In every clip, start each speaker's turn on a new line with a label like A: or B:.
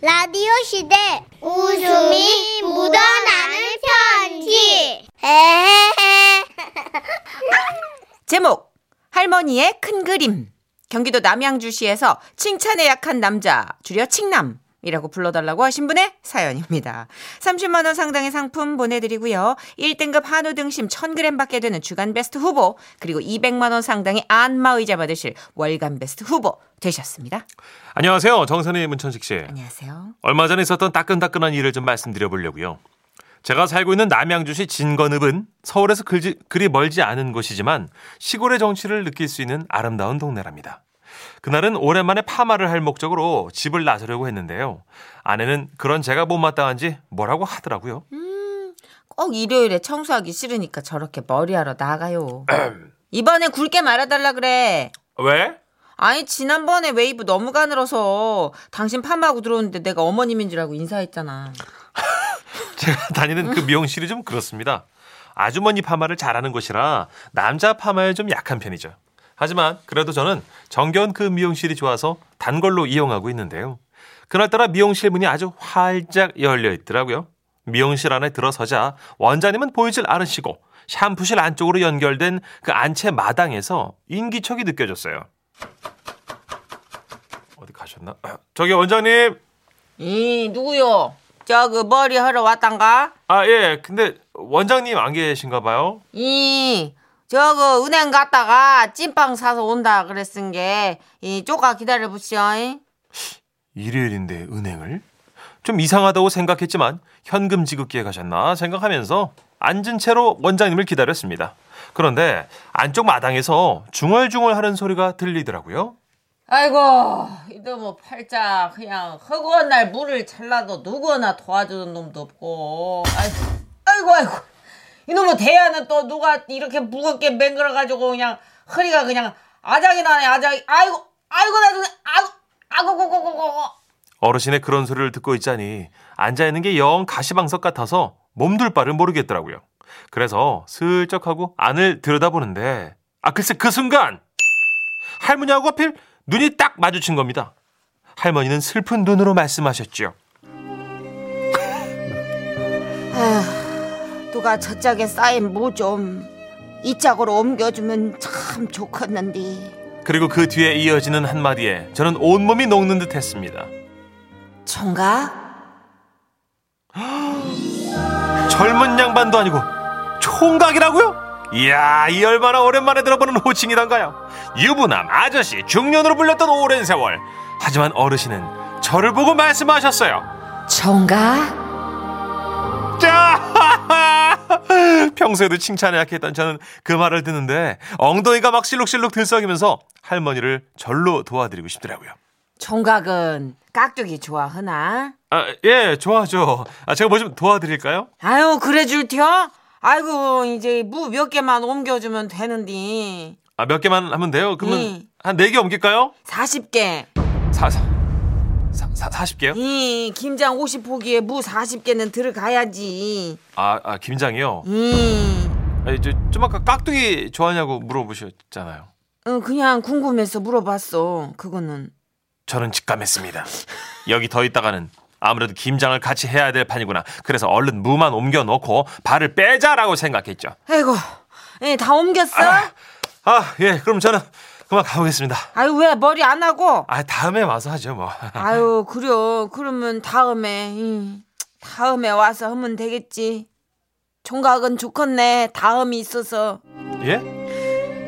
A: 라디오 시대 웃음이 묻어나는 편지 에헤헤
B: 제목 할머니의 큰 그림 경기도 남양주시에서 칭찬에 약한 남자 줄여 칭남이라고 불러달라고 하신 분의 사연입니다. 30만 원 상당의 상품 보내드리고요. 1등급 한우 등심 1000g 받게 되는 주간베스트 후보 그리고 200만 원 상당의 안마의자 받으실 월간베스트 후보 되셨습니다.
C: 안녕하세요. 정선희 문천식 씨.
B: 안녕하세요.
C: 얼마 전에 있었던 따끈따끈한 일을 좀 말씀드려 보려고요. 제가 살고 있는 남양주시 진건읍은 서울에서 글지, 그리 멀지 않은 곳이지만 시골의 정취를 느낄 수 있는 아름다운 동네랍니다. 그날은 오랜만에 파마를 할 목적으로 집을 나서려고 했는데요. 아내는 그런 제가 못마땅한지 뭐라고 하더라고요.
B: 꼭 일요일에 청소하기 싫으니까 저렇게 머리하러 나가요. 이번에 굵게 말아달라 그래.
C: 왜?
B: 아니 지난번에 웨이브 너무 가늘어서 당신 파마하고 들어오는데 내가 어머님인 줄 알고 인사했잖아.
C: 제가 다니는 그 미용실이 좀 그렇습니다. 아주머니 파마를 잘하는 곳이라 남자 파마에 좀 약한 편이죠. 하지만 그래도 저는 정겨운 그 미용실이 좋아서 단걸로 이용하고 있는데요. 그날따라 미용실 문이 아주 활짝 열려 있더라고요. 미용실 안에 들어서자 원장님은 보이질 않으시고 샴푸실 안쪽으로 연결된 그 안채 마당에서 인기척이 느껴졌어요. 어디 가셨나? 아, 저기 원장님.
B: 이 누구요? 저 그 머리 하러 왔단가?
C: 아 예. 근데 원장님 안 계신가 봐요.
B: 이 저거 은행 갔다가 찐빵 사서 온다 그랬은 게이 조금 기다려 보시오.
C: 일요일인데 은행을? 좀 이상하다고 생각했지만 현금 지급기에 가셨나 생각하면서 앉은 채로 원장님을 기다렸습니다. 그런데 안쪽 마당에서 중얼중얼 하는 소리가 들리더라고요.
B: 아이고 이도 뭐 팔자 그냥 허구한 날 물을 잘라도 누구나 도와주는 놈도 없고 아이고 아이고 아이고 이놈의 대야는 또 누가 이렇게 무겁게 맹글어 가지고 그냥 허리가 그냥 아작이 나네 아작이 아이고 아이고 나중에 아이고 아이고 고고고고
C: 어르신의 그런 소리를 듣고 있자니 앉아있는 게 영 가시방석 같아서 몸둘 바를 모르겠더라고요. 그래서 슬쩍 하고 안을 들여다보는데 아 글쎄 그 순간 할머니하고 하필 눈이 딱 마주친 겁니다. 할머니는 슬픈 눈으로 말씀하셨지요.
B: 누가 저짝에 쌓인 모 좀 이짝으로 옮겨주면 참 좋겠는데
C: 그리고 그 뒤에 이어지는 한마디에 저는 온몸이 녹는 듯 했습니다.
B: 총각
C: 젊은 양반도 아니고 총각이라고요? 이야, 이 얼마나 오랜만에 들어보는 호칭이던가요? 유부남, 아저씨, 중년으로 불렸던 오랜 세월. 하지만 어르신은 저를 보고 말씀하셨어요.
B: 총각
C: 자! 평소에도 칭찬에 약했던 저는 그 말을 듣는데 엉덩이가 막 실룩실룩 들썩이면서 할머니를 절로 도와드리고 싶더라고요.
B: 총각은 깍두기 좋아하나?
C: 아, 예, 좋아하죠. 아, 제가 뭐 좀 도와드릴까요?
B: 아유 그래 줄텨? 아이고 이제 무 몇 개만 옮겨주면 되는데
C: 아, 몇 개만 하면 돼요? 그러면
B: 예.
C: 한 네 개 옮길까요?
B: 40개
C: 사, 사, 사, 사, 40개요?
B: 네. 이 김장 50포기에 무 40개는 들어가야지
C: 아, 아,
B: 네.
C: 김장이요?
B: 이
C: 아니, 저, 좀 아까 깍두기 좋아하냐고 물어보셨잖아요.
B: 응, 그냥 궁금해서 물어봤어 그거는
C: 저는 직감했습니다. 여기 더 있다가는 아무래도 김장을 같이 해야 될 판이구나. 그래서 얼른 무만 옮겨 놓고 발을 빼자라고 생각했죠.
B: 아이고 예, 다 옮겼어?
C: 아, 예, 그럼 저는 그만 가보겠습니다.
B: 아유 왜 머리 안 하고?
C: 아, 다음에 와서 하죠, 뭐.
B: 아유 그려 그러면 다음에 이, 다음에 와서 하면 되겠지 총각은 좋겠네 다음이 있어서
C: 예?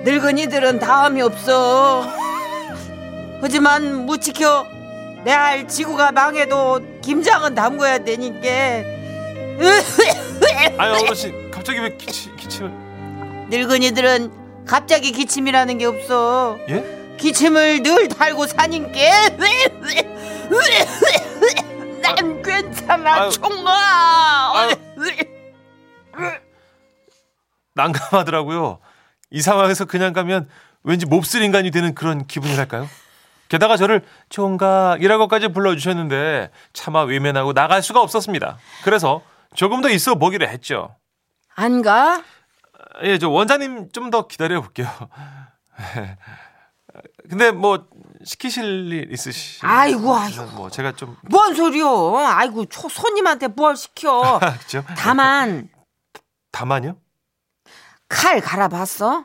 B: 늙은이들은 다음이 없어. 하지만 무지켜 내 알 지구가 망해도 김장은 담궈야 되니까.
C: 아니, 어르신, 갑자기 왜 기침, 기침을.
B: 늙은이들은 갑자기 기침이라는 게 없어.
C: 예?
B: 기침을 늘 달고 사니까. 난 괜찮아,
C: 아유.
B: 총아.
C: 아유. 난감하더라고요. 이 상황에서 그냥 가면 왠지 몹쓸 인간이 되는 그런 기분이랄까요? 게다가 저를 총각이라고까지 불러주셨는데 차마 외면하고 나갈 수가 없었습니다. 그래서 조금 더 있어 보기로 했죠.
B: 안 가?
C: 예, 저 원장님 좀 더 기다려 볼게요. 근데 뭐 시키실 일 있으시?
B: 아이고, 아이고.
C: 뭐 제가 좀
B: 뭔 소리요? 아이고, 초, 손님한테 뭘 시켜.
C: 아, 그죠?
B: 다만,
C: 다만요?
B: 칼 갈아봤어?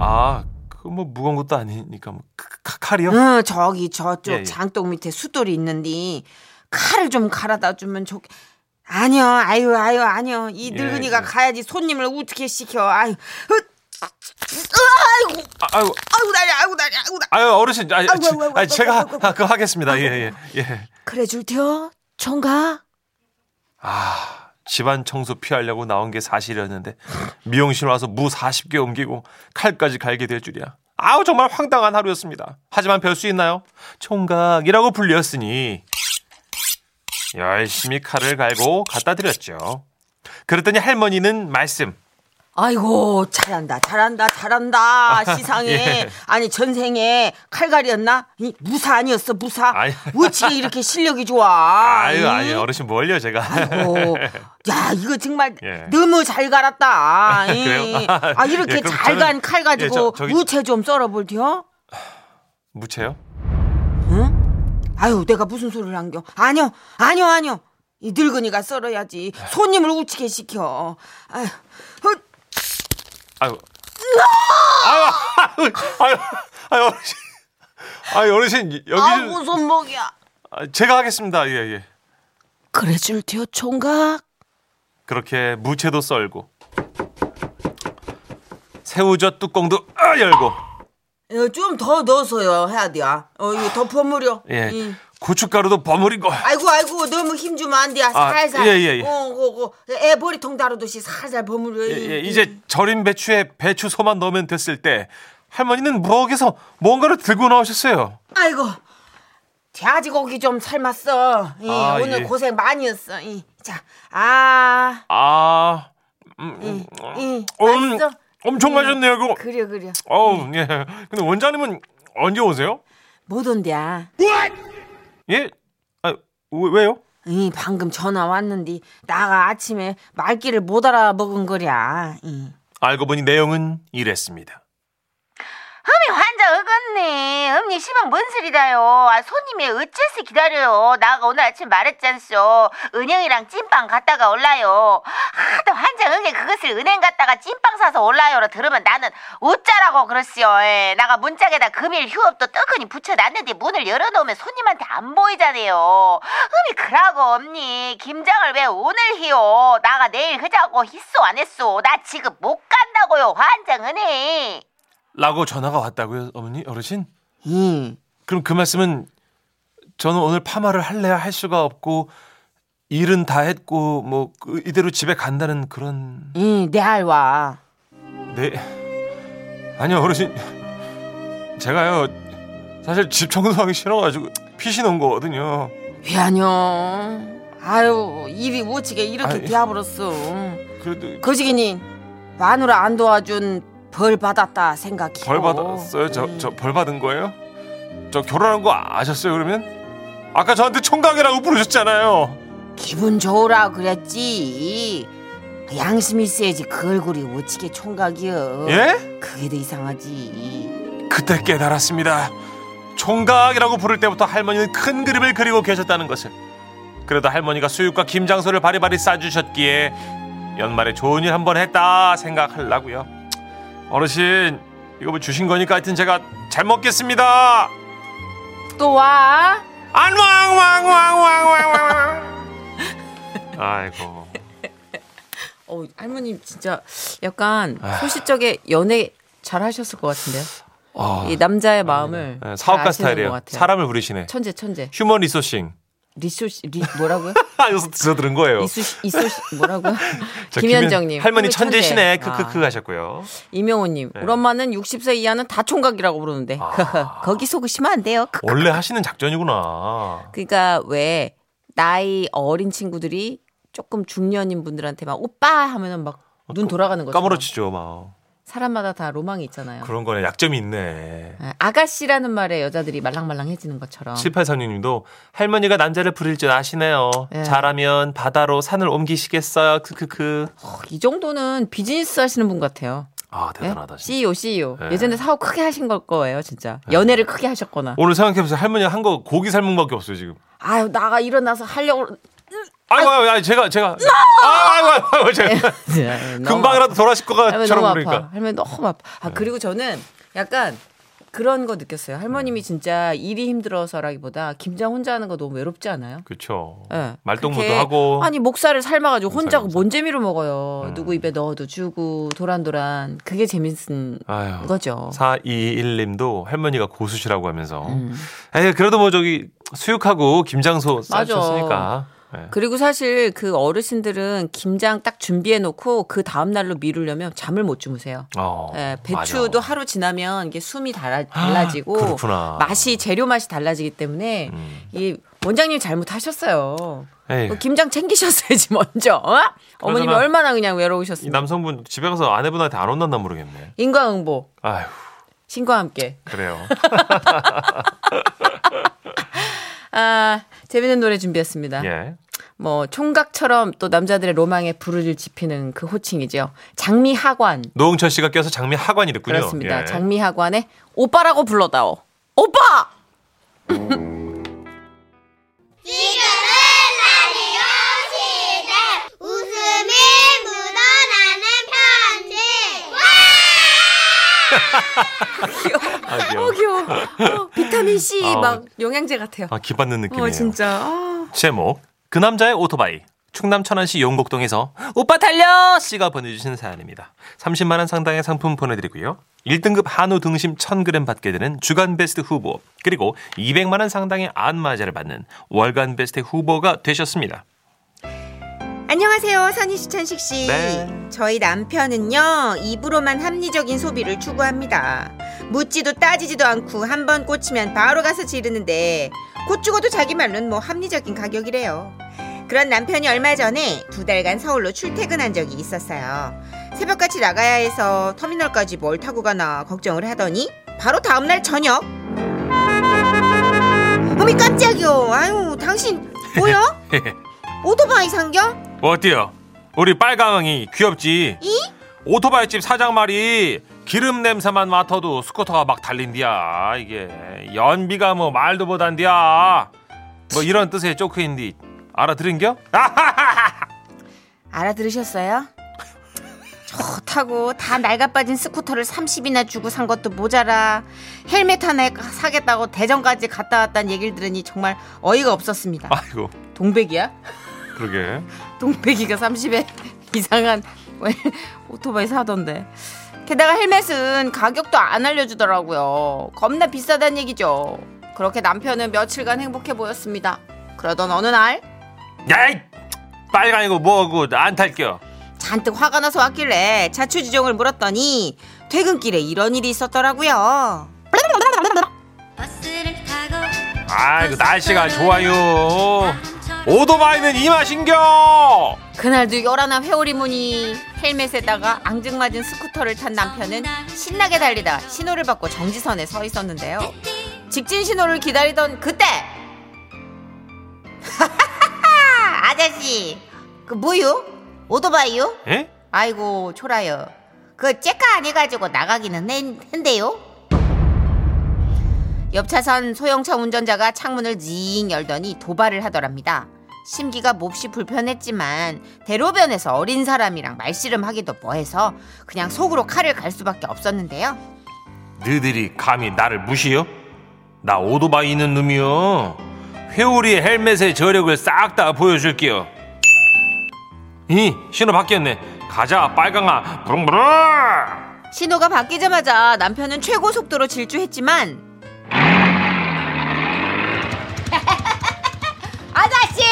C: 아, 그 뭐 무거운 것도 아니니까 뭐 카- 카- 칼이요?
B: 응, 어, 저기, 저쪽
C: 예, 예.
B: 장독 밑에 숫돌이 있는데, 칼을 좀 갈아다 주면 좋 아니요, 아유, 아유, 아니요. 이
C: 예,
B: 늙은이가
C: 예.
B: 가야지 손님을 어떻게 시켜. 아유, 헛,
C: 아, 아이고,
B: 아유, 다리, 아유, 다리, 아유, 다리.
C: 아유 어르신, 아, 아,
B: 아이고, 아이고, 아이고,
C: 제가
B: 아이고,
C: 아, 그거 하겠습니다. 예, 예, 예.
B: 그래 줄테요? 총각?
C: 아, 집안 청소 피하려고 나온 게 사실이었는데 미용실 와서 무 40개 옮기고 칼까지 갈게 될 줄이야. 아우 정말 황당한 하루였습니다. 하지만 별 수 있나요? 총각이라고 불렸으니 열심히 칼을 갈고 갖다 드렸죠. 그랬더니 할머니는 말씀.
B: 아이고 잘한다 잘한다 잘한다 시상에
C: 예.
B: 아니 전생에 칼갈이였나 이, 무사 아니었어 무사
C: 아니.
B: 어찌 이렇게 실력이 좋아
C: 아유
B: 이?
C: 아유 어르신 뭘요 제가.
B: 아이고, 야 이거 정말
C: 예.
B: 너무 잘 갈았다 이.
C: 그래요?
B: 아 이렇게
C: 예, 그럼
B: 잘 간
C: 저는-
B: 칼
C: 예,
B: 가지고
C: 저- 저기-
B: 무채 좀 썰어볼게요
C: 무채요?
B: 아유 내가 무슨 소리를 한겨 아니요 아니요 아니요 이 늙은이가 썰어야지 손님을 우치게 시켜 아유 헛.
C: 아유. 아유, 아유, 아유, 어르신. 아유, 어르신, 여기
B: 아
C: 좀.
B: 무슨 목이야
C: 아, 제가 하겠습니다. 예, 예.
B: 그래 줄테요 총각
C: 그렇게 무채도 썰고. 새우젓 뚜껑도 아, 열고.
B: 어, 좀 더 넣어서요 해야 돼요. 어, 이거 더 버무려.
C: 예.
B: 이.
C: 고춧가루도 버무리고.
B: 음. 아이고 아이고 너무 힘 주면 안 돼요.
C: 아,
B: 살살.
C: 예, 예, 예.
B: 어, 그거 애 머리통 다루듯이 살살 버무려.
C: 예, 예, 이제
B: 음.
C: 절인 배추에 배추 소만 넣으면 됐을 때 할머니는 무럭에서 뭔가를 들고 나오셨어요.
B: 아이고 돼지고기 좀 삶았어. 이,
C: 아,
B: 오늘
C: 예.
B: 고생 많이 했어. 이. 자, 아,
C: 아, 음,
B: 이,
C: 음,
B: 맛있어.
C: 엄청 맛있네요, 이거.
B: 그려 음. 그려.
C: 어우, 예. 근데 원장님은 언제 오세요?
B: 못 온대야.
C: 예? 아, 왜- 왜요?
B: 이 방금 전화 왔는데 나가 아침에 말귀를 못 알아먹은 거랴. 이.
C: 알고 보니 내용은 이랬습니다.
D: 음이 환자 어긋네. 음니 시방 뭔 소리다요. 아, 손님이 어째서 기다려요. 나가 오늘 아침 말했잖소. 은영이랑 찐빵 갔다가 올라요. 하도 환자 응에 그것을 은행 갔다가 찐빵 사서 올라요로 들으면 나는 어쩌라고 그러시오. 예. 나가 문짝에다 금일 휴업도 뜨끈히 붙여놨는데 문을 열어놓으면 손님한테 안 보이잖아요. 음이 그라고 엄니 김장을 왜 오늘 히요. 나가 내일 하자고 희소 안 했소. 나 지금 못 간다고요 환자 은행.
C: 라고 전화가 왔다고요, 어머니, 어르신?
B: 이.
C: 그럼 그 말씀은 저는 오늘 파마를 할래야 할 수가 없고 일은 다 했고 뭐그 이대로 집에 간다는 그런
B: 이, 내 알와.
C: 네 아니요 어르신 제가요 사실 집 청소하기 싫어가지고 피신 온 거거든요
B: 왜 아뇨? 아유 일이 우치게 이렇게
C: 아이.
B: 되어버렸어.
C: 그래도
B: 거시기니 마누라 안 도와준 벌 받았다 생각해.
C: 벌 받았어요 저 저 벌 받은 거예요 저 결혼한 거 아셨어요 그러면 아까 저한테 총각이라고 부르셨잖아요
B: 기분 좋으라 그랬지. 양심이 세지 그 얼굴이 우치게 총각이여.
C: 예?
B: 그게 더 이상하지.
C: 그때 깨달았습니다. 총각이라고 부를 때부터 할머니는 큰 그림을 그리고 계셨다는 것을. 그러다 할머니가 수육과 김장소를 바리바리 싸주셨기에 연말에 좋은 일 한번 했다 생각하려고요. 어르신 이거 뭐 주신 거니까 하여튼 제가 잘 먹겠습니다.
B: 또 와?
C: 안왕왕왕왕왕왕. 아이고.
B: 어 할머님 진짜 약간
C: 아.
B: 소시적에 연애 잘 하셨을 것 같은데요.
C: 어,
B: 이 남자의 마음을
C: 네,
B: 잘
C: 사업가
B: 아시는 것
C: 스타일이에요.
B: 같아요.
C: 사람을 부리시네.
B: 천재 천재.
C: 휴먼 리소싱.
B: 리소시 리 뭐라고요?
C: 아, 여기서 들어들은 거예요.
B: 이수시 이수시 뭐라고요?
C: 자,
B: 김현정님
C: 그렇죠. 김현- 할머니
B: 한국
C: 천재시네
B: 천재. 아,
C: 크크크 하셨고요.
B: 이명호님
C: 네.
B: 우리 엄마는 60세 이하는 다 총각이라고 부르는데
C: 아.
B: 거기 속으시면 안 돼요. 크.
C: 원래 하시는 작전이구나.
B: 그러니까 왜 나이 어린 친구들이 조금 중년인 분들한테 막 오빠 하면은 막 눈 돌아가는 거죠.
C: 어, 까무러치죠 막
B: 사람마다 다 로망이 있잖아요.
C: 그런 거네 약점이 있네.
B: 아, 아가씨라는 말에 여자들이 말랑말랑해지는 것처럼.
C: 7836님도 할머니가 남자를 부릴 줄 아시네요.
B: 예.
C: 잘하면 바다로 산을 옮기시겠어요. 크크크.
B: 어, 이 정도는 비즈니스 하시는 분 같아요.
C: 아 대단하다. 진짜.
B: CEO, CEO.
C: 네.
B: 예전에 사업 크게 하신 걸 거예요, 진짜. 연애를 크게 하셨거나.
C: 오늘 생각해보세요. 할머니 한 거 고기 삶은밖에 없어요 지금.
B: 아유, 나가 일어나서 하려고.
C: 아이고 아이고, 아이고 제가 제가 아이고 아이고, 네, 아이고 제가 금방이라도 돌아실 것
B: 할머니 예. 너무
C: 같처럼
B: 아파.
C: 그러니까. 네.
B: 할머니 너무 아파. 아, 그리고 저는 약간 그런 거 느꼈어요. 할머님이 진짜 일이 힘들어서라기보다 김장 혼자 하는 거 너무 외롭지 않아요?
C: 그렇죠.
B: 예.
C: 말동무도
B: 그렇게
C: 하고
B: 아니 목살을 삶아가지고 혼자
C: 삶아서. 음.
B: 뭔 재미로 먹어요. 누구 입에 넣어도 주고 도란도란 그게 재밌는
C: 아유.
B: 거죠.
C: 421님도 할머니가 고수시라고 하면서
B: 음.
C: 에이, 그래도 뭐 저기 수육하고 김장소
B: 맞아.
C: 싸셨으니까 예.
B: 그리고 사실 그 어르신들은 김장 딱 준비해 놓고 그 다음 날로 미루려면 잠을 못 주무세요.
C: 어,
B: 예, 배추도
C: 맞아.
B: 하루 지나면 이게 숨이 달아, 달라지고
C: 그렇구나.
B: 맛이 재료 맛이 달라지기 때문에
C: 음.
B: 이 원장님 잘못하셨어요.
C: 에이,
B: 그 김장 챙기셨어야지 먼저. 어? 어머님이
C: 그러잖아.
B: 얼마나 그냥
C: 이
B: 외로우셨습니까?
C: 남성분 집에 가서 아내분한테 안 혼났나 모르겠네.
B: 인과응보
C: 아휴
B: 신과 함께.
C: 그래요.
B: 아 재밌는 노래 준비했습니다.
C: 예.
B: 뭐 총각처럼 또 남자들의 로망에 불을 지피는 그 호칭이죠. 장미하관.
C: 노홍철 씨가 껴서 장미 하관이 됐군요.
B: 그렇습니다.
C: 예.
B: 장미하관의 오빠라고 불러다오. 오빠!
A: 지금은 라디오 시대 웃음이 묻어나는 편지
C: 아, 귀여워.
B: 어, 귀여워. 어, 비타민 C
C: 아우.
B: 막 영양제 같아요.
C: 아, 기받는 느낌이에요.
B: 어, 진짜. 아.
C: 제목 그 남자의 오토바이 충남 천안시 용곡동에서 오빠 달려 씨가 보내주신 사연입니다. 30만 원 상당의 상품 보내드리고요. 1등급 한우 등심 1000g 받게 되는 주간 베스트 후보 그리고 200만 원 상당의 안마자를 받는 월간 베스트 후보가 되셨습니다.
B: 안녕하세요, 선희 씨, 천식 씨.
C: 네.
B: 저희 남편은요, 입으로만 합리적인 소비를 추구합니다. 묻지도 따지지도 않고 한 번 꽂히면 바로 가서 지르는데, 곧 죽어도 자기 말로는 뭐 합리적인 가격이래요. 그런 남편이 얼마 전에 두 달간 서울로 출퇴근한 적이 있었어요. 새벽같이 나가야 해서 터미널까지 뭘 타고 가나 걱정을 하더니, 바로 다음날 저녁! 어미 깜짝이요! 아유, 당신, 뭐야? 오토바이 상경?
C: 뭐 어때요? 우리 빨강이 귀엽지? 오토바이 집 사장 말이 기름 냄새만 맡아도 스쿠터가 막 달린디야. 이게 연비가 뭐 말도 못한디야. 뭐 이런 뜻의 조크인디 알아들은겨?
B: 알아들으셨어요? 좋다고 다 낡아빠진 스쿠터를 30이나 주고 산 것도 모자라 헬멧 하나 사겠다고 대전까지 갔다 왔다는 얘기를 들으니 정말 어이가 없었습니다.
C: 아이고
B: 동백이야?
C: 그러게.
B: 동백이가 30에 이상한 오토바이 사던데. 게다가 헬멧은 가격도 안 알려주더라고요. 겁나 비싸단 얘기죠. 그렇게 남편은 며칠간 행복해 보였습니다. 그러던 어느 날
C: 야이 빨강이고 뭐고 안 탈겨.
B: 잔뜩 화가 나서 왔길래 자초지종을 물었더니 퇴근길에 이런 일이 있었더라고요.
E: 버스를 타고
C: 아이고 날씨가 좋아요. 오토바이는 이 맛인겨.
B: 그날도 열한한 회오리 무늬 헬멧에다가 앙증맞은 스쿠터를 탄 남편은 신나게 달리다 신호를 받고 정지선에 서 있었는데요. 직진 신호를 기다리던 그때 아저씨 그 뭐요? 오토바이요?
C: 예?
B: 아이고 초라요. 그 째까 안 해가지고 나가기는 했- 했는데요. 옆 차선 소형차 운전자가 창문을 징 열더니 도발을 하더랍니다. 심기가 몹시 불편했지만 대로변에서 어린 사람이랑 말씨름하기도 뭐해서 그냥 속으로 칼을 갈 수밖에 없었는데요.
C: 너희들이 감히 나를 무시요? 나 오토바이 있는 놈이요. 회오리 헬멧의 저력을 싹 다 보여줄게요. 이 신호 바뀌었네. 가자 빨강아 부릉부릉.
B: 신호가 바뀌자마자 남편은 최고 속도로 질주했지만
A: 아저씨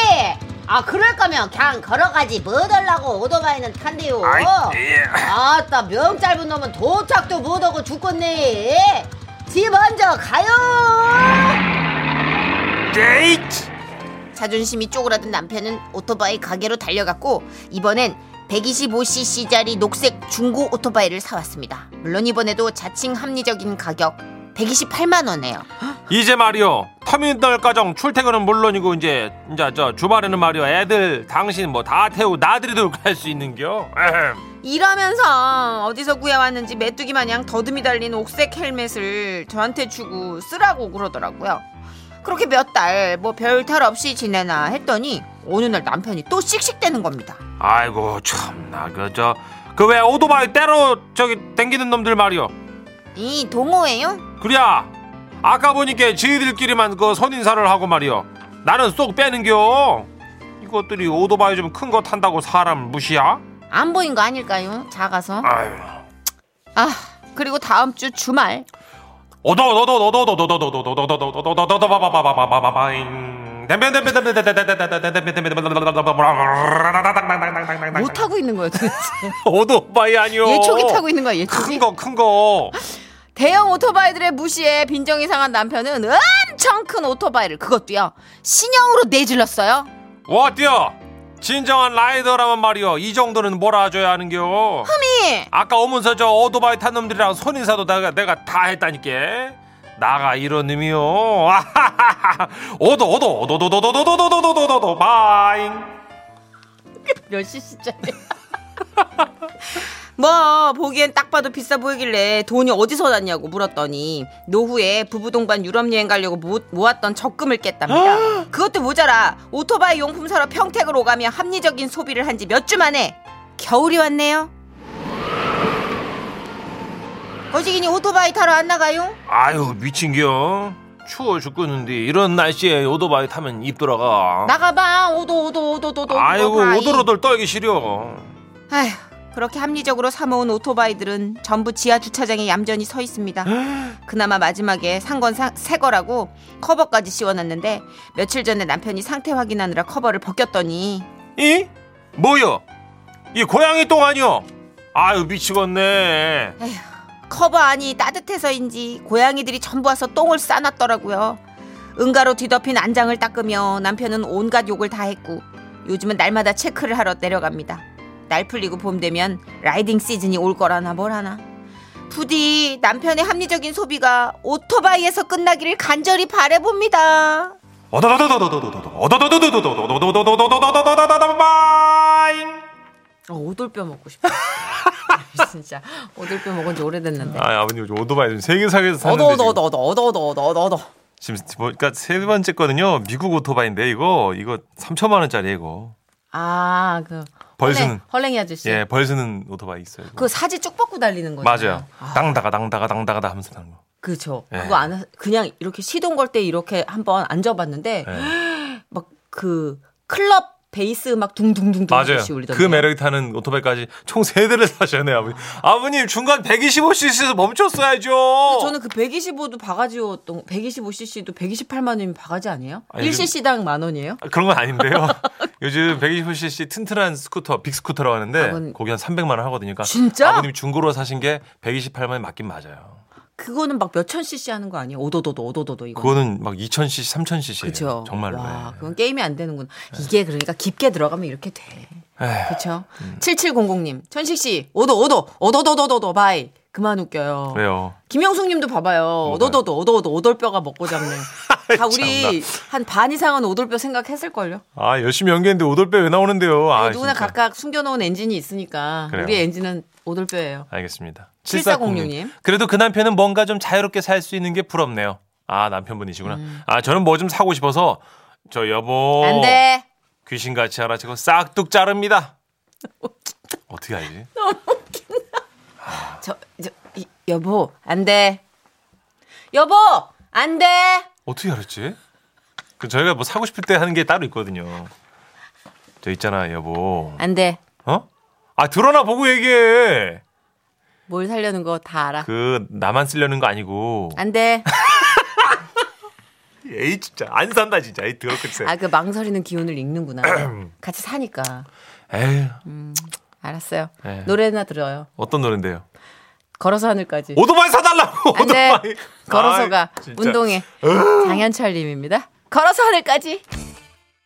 A: 아 그럴 거면 그냥 걸어가지 뭐 달라고 오토바이는 탄대요
C: 아이, 예.
A: 아따 명 짧은 놈은 도착도 못하고 죽겠네 지 먼저 가요
C: 데이트.
B: 자존심이 쪼그라든 남편은 오토바이 가게로 달려갔고 이번엔 125cc짜리 녹색 중고 오토바이를 사왔습니다. 물론 이번에도 자칭 합리적인 가격 128만 원에요.
C: 이제 말이요 터미널 가정 출퇴근은 물론이고 이제 이제 저 주말에는 말이요 애들 당신 뭐 다 태우 나들이도 갈 수 있는겨. 에헴.
B: 일하면서 어디서 구해왔는지 메뚜기 마냥 더듬이 달린 옥색 헬멧을 저한테 주고 쓰라고 그러더라고요. 그렇게 몇 달 뭐 별 탈 없이 지내나 했더니 어느 날 남편이 또 씩씩대는 겁니다.
C: 아이고 참나 그저그 왜 오토바이 때로 저기 댕기는 놈들 말이요.
B: 이 동호예요?
C: 그래야 아까 보니까 지희들끼리만 그 선인사를 하고 말이요. 나는 쏙 빼는겨. 이것들이 오토바이 좀 큰 거 탄다고 사람 무시야?
B: 안 보인 거 아닐까요? 작아서.
C: 아유.
B: 아 그리고 다음 주 주말
C: 어더 어더 어더 어더 어더 어더 어더 어더 어더 어더 어더 어더 바바바바바바바바잉. 댐벼 댐벼 댐벼 댐벼 댐벼 댐벼 댐벼 댐벼 댐벼 댐벼
B: 뭐 타고 있는 거예요 도대체?
C: 오토바이 아니요.
B: 예초기 타고 있는 거야
C: 큰
B: 예초기?
C: 거, 큰 거.
B: 대형 오토바이들의 무시에 빈정이 상한 남편은 엄청 큰 오토바이를 그것도요 신형으로 내질렀어요.
C: 와, 뛰어. 진정한 라이더라면 말이요. 이 정도는 몰아줘야 하는겨.
B: 미
C: 아까 오면서 저 오토바이 탄 놈들이랑 손인사도 내가, 내가 다 했다니까. 나가 이런 놈이요. 오도 오도 오도 오도 오도 오도 오도 오도 오도 오도 오도 바잉.
A: 몇시 시짜리
B: 뭐 보기엔 딱 봐도 비싸 보이길래 돈이 어디서 났냐고 물었더니 노후에 부부 동반 유럽 여행 가려고 모, 모았던 적금을 깼답니다. 그것도 모자라 오토바이 용품 사러 평택을 오가며 합리적인 소비를 한 지 몇 주 만에 겨울이 왔네요. 거시기니 오토바이 타러 안 나가요?
C: 아유 미친겨. 추워 죽겠는데 이런 날씨에 오토바이 타면 입 돌아가.
B: 나가봐 오도 오도 오도 오도 오도
C: 어. 아이고
B: 오토바이.
C: 오돌오돌 떨기 싫어.
B: 아휴, 그렇게 합리적으로 사모은 오토바이들은 전부 지하 주차장에 얌전히 서 있습니다. 그나마 마지막에 산 건 새 거라고 커버까지 씌워놨는데 며칠 전에 남편이 상태 확인하느라 커버를 벗겼더니
C: 이? 뭐요? 이 고양이 똥 아니요? 아유 미치겠네.
B: 커버 안이 따뜻해서인지 고양이들이 전부 와서 똥을 싸놨더라고요. 응가로 뒤덮인 안장을 닦으며 남편은 온갖 욕을 다 했고 요즘은 날마다 체크를 하러 내려갑니다. 날 풀리고 봄 되면 라이딩 시즌이 올 거라나 뭘 하나. 부디 남편의 합리적인 소비가 오토바이에서 끝나기를 간절히 바래봅니다.
C: 어더더더더더더더더더 어더더더더더더더더더더더더더더더더더더더더더더더더더더더더더더더더더더더더더더더더더더더더더더더더더더더더더더더더더더더더더더더더더더더더
B: 오돌뼈 먹고 싶다. 진짜 오돌뼈 먹은 지 오래됐는데.
C: 아, 아버님 요즘 오토바이 좀 세계 사에서 사는데
B: 얻어 얻어
C: 지금,
B: 얻어 얻어 얻어 얻어 얻어 얻어.
C: 지금 보니까 세 번째 거는요 미국 오토바이인데 이거 이거 3천만 원짜리 이거
B: 아그
C: 벌스는
B: 헐랭이 아저씨.
C: 예 벌스는 오토바이 있어요. 이거.
B: 그 사지 쭉 뻗고 달리는 거죠.
C: 맞아요. 당다가 당다가 당다가 다 하면서 타는 거.
B: 그죠.
C: 예.
B: 그거 안 하- 그냥 이렇게 시동 걸 때 이렇게 한번 앉아봤는데
C: 예.
B: 막 그 클럽 베이스 음악 둥둥둥둥
C: 맞아요.
B: 같이 울리던데.
C: 그 매력이 타는 오토바이까지 총 세 대를 사셨네요, 아버님. 아버님 중간 125cc에서 멈췄어야죠.
B: 저는 그 125도 바가지였던 125cc도 128만 원이면 바가지 아니에요?
C: 아니,
B: 1cc당 만 원이에요?
C: 아, 그런 건 아닌데요. 요즘 125cc 튼튼한 스쿠터, 빅스쿠터라고 하는데,
B: 아, 그건-
C: 거기 한 300만 원 하거든요. 그러니까
B: 진짜?
C: 아버님 중고로 사신 게 128만 원 맞긴 맞아요.
B: 그거는 막 몇천 cc 하는 거 아니에요? 오도도도 오도도도 이거.
C: 그거는 막 2000cc, 3000cc. 예요.
B: 그렇죠.
C: 정말로.
B: 와,
C: 예.
B: 그건 게임이 안 되는구나. 이게 그러니까 깊게 들어가면 이렇게 돼.
C: 에휴,
B: 그렇죠.
C: 음.
B: 7700님, 천식 씨, 오도 오도 오도도도도도 바이. 그만 웃겨요.
C: 그래요.
B: 김영숙님도 봐봐요. 너도도 오도오도 오돌뼈가 먹고 잡네. 다 우리 한 반 이상은 오돌뼈 생각했을 걸요.
C: 아, 열심히 연기했는데 오돌뼈 왜 나오는데요? 아,
B: 누구나
C: 진짜.
B: 각각 숨겨놓은 엔진이 있으니까
C: 그래요.
B: 우리 엔진은 오돌뼈예요.
C: 알겠습니다.
B: 7406
C: 7406
B: 님.
C: 그래도 그 남편은 뭔가 좀 자유롭게 살 수 있는 게 부럽네요. 아, 남편분이시구나. 아, 저는 뭐 좀 사고 싶어서 저 여보
B: 음. 안돼.
C: 귀신같이 알아채고 싹둑 자릅니다. 어떻게 알지?
B: 저, 저 이, 여보 안돼. 여보 안돼.
C: 어떻게 알았지? 그 저희가 뭐 사고 싶을 때 하는 게 따로 있거든요. 저 있잖아, 여보.
B: 안돼.
C: 어? 아, 드러나 보고 얘기해.
B: 뭘 살려는 거 다 알아.
C: 그 나만 쓰려는 거 아니고.
B: 안돼.
C: 에이 진짜 안 산다 진짜. 에이 더럽겠어.
B: 아 그 망설이는 기운을 읽는구나. 같이 사니까
C: 에휴.
B: 알았어요.
C: 네.
B: 노래나 들어요.
C: 어떤 노래인데요?
B: 걸어서 하늘까지.
C: 오토바이 사달라고.
B: 안돼
C: 오토바이.
B: 네. 아, 걸어서
C: 아이,
B: 가
C: 진짜.
B: 운동해 장현철님입니다 걸어서 하늘까지